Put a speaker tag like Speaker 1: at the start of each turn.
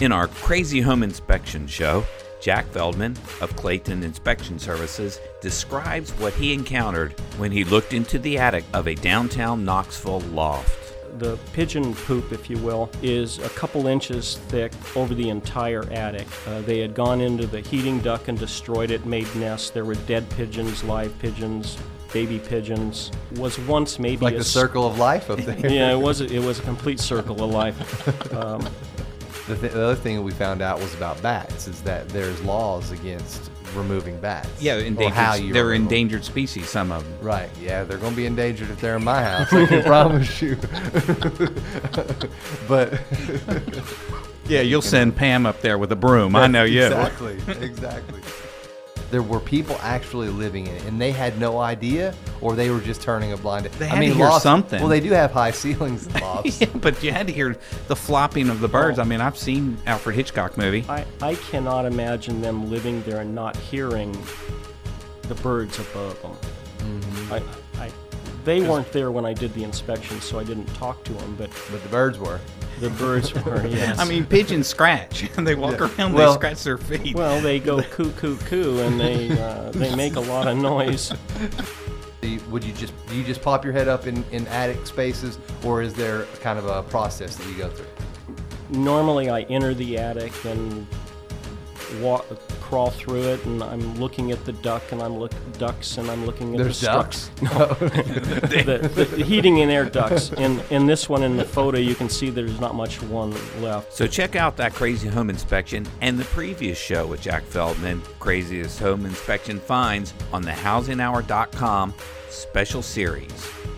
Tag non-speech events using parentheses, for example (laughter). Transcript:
Speaker 1: In our Crazy Home Inspection show, Jack Feldman of Clayton Inspection Services describes what he encountered when he looked into the attic of a downtown Knoxville loft.
Speaker 2: The pigeon poop, if you will, is a couple inches thick over the entire attic. Uh, they had gone into the heating duct and destroyed it, made nests. There were dead pigeons, live pigeons, baby pigeons. Was once maybe
Speaker 3: Like
Speaker 2: a
Speaker 3: the
Speaker 2: s-
Speaker 3: circle of
Speaker 4: (laughs)
Speaker 3: life up there.
Speaker 2: Yeah,
Speaker 3: (laughs)
Speaker 2: it was. A, it was a complete circle of life. Um,
Speaker 3: The, th- the other thing we found out was about bats is that there's laws against removing bats.
Speaker 1: Yeah,
Speaker 3: or how you
Speaker 1: endangered. They're
Speaker 3: remove 'em.
Speaker 1: endangered species, some of them.
Speaker 3: Right. Yeah, they're going to be endangered if they're in my house. I
Speaker 4: (laughs)
Speaker 3: can promise you. (laughs) but
Speaker 4: Yeah, you'll send Pam up there with a broom. I know you.
Speaker 3: Exactly. Exactly. There were people actually living in it, and they had no idea, or they were just turning a blind eye.
Speaker 4: They
Speaker 3: I
Speaker 4: had
Speaker 3: mean,
Speaker 4: to hear
Speaker 3: lofts-
Speaker 4: something.
Speaker 3: Well, they do have
Speaker 4: (laughs)
Speaker 3: high ceilings in lofts.
Speaker 4: (laughs) Yeah, but you had to hear the flopping of the birds. I mean, I've seen Alfred Hitchcock movie.
Speaker 2: I, I cannot imagine them living there and not hearing the birds above them.
Speaker 3: Mm-hmm.
Speaker 2: I, I, they weren't there when I did the inspection, so I didn't talk to them, but
Speaker 3: But the birds were.
Speaker 2: the
Speaker 3: (laughs)
Speaker 2: birds were, yes.
Speaker 4: I mean, pigeons scratch. (laughs) they walk
Speaker 3: Yeah.
Speaker 4: around.
Speaker 3: Well-
Speaker 4: they scratch their feet. (laughs)
Speaker 2: well, they go coo, coo, coo, and they, uh, they make a lot of noise.
Speaker 3: Do you- Would you just do you just pop your head up in, in attic spaces, or is there kind of a process that you go through?
Speaker 2: Normally, I enter the attic and walk, crawl through it, and I'm looking at the duck, and I'm look ducks, and I'm looking at
Speaker 3: There's
Speaker 2: the structure.
Speaker 3: ducks.
Speaker 2: the, the heating and air ducts. In in this one, in the photo, you can see there's not much one left.
Speaker 1: So check out that Crazy Home Inspection and the previous show with Jack Feldman, Craziest Home Inspection Finds, on the housinghour.com special series.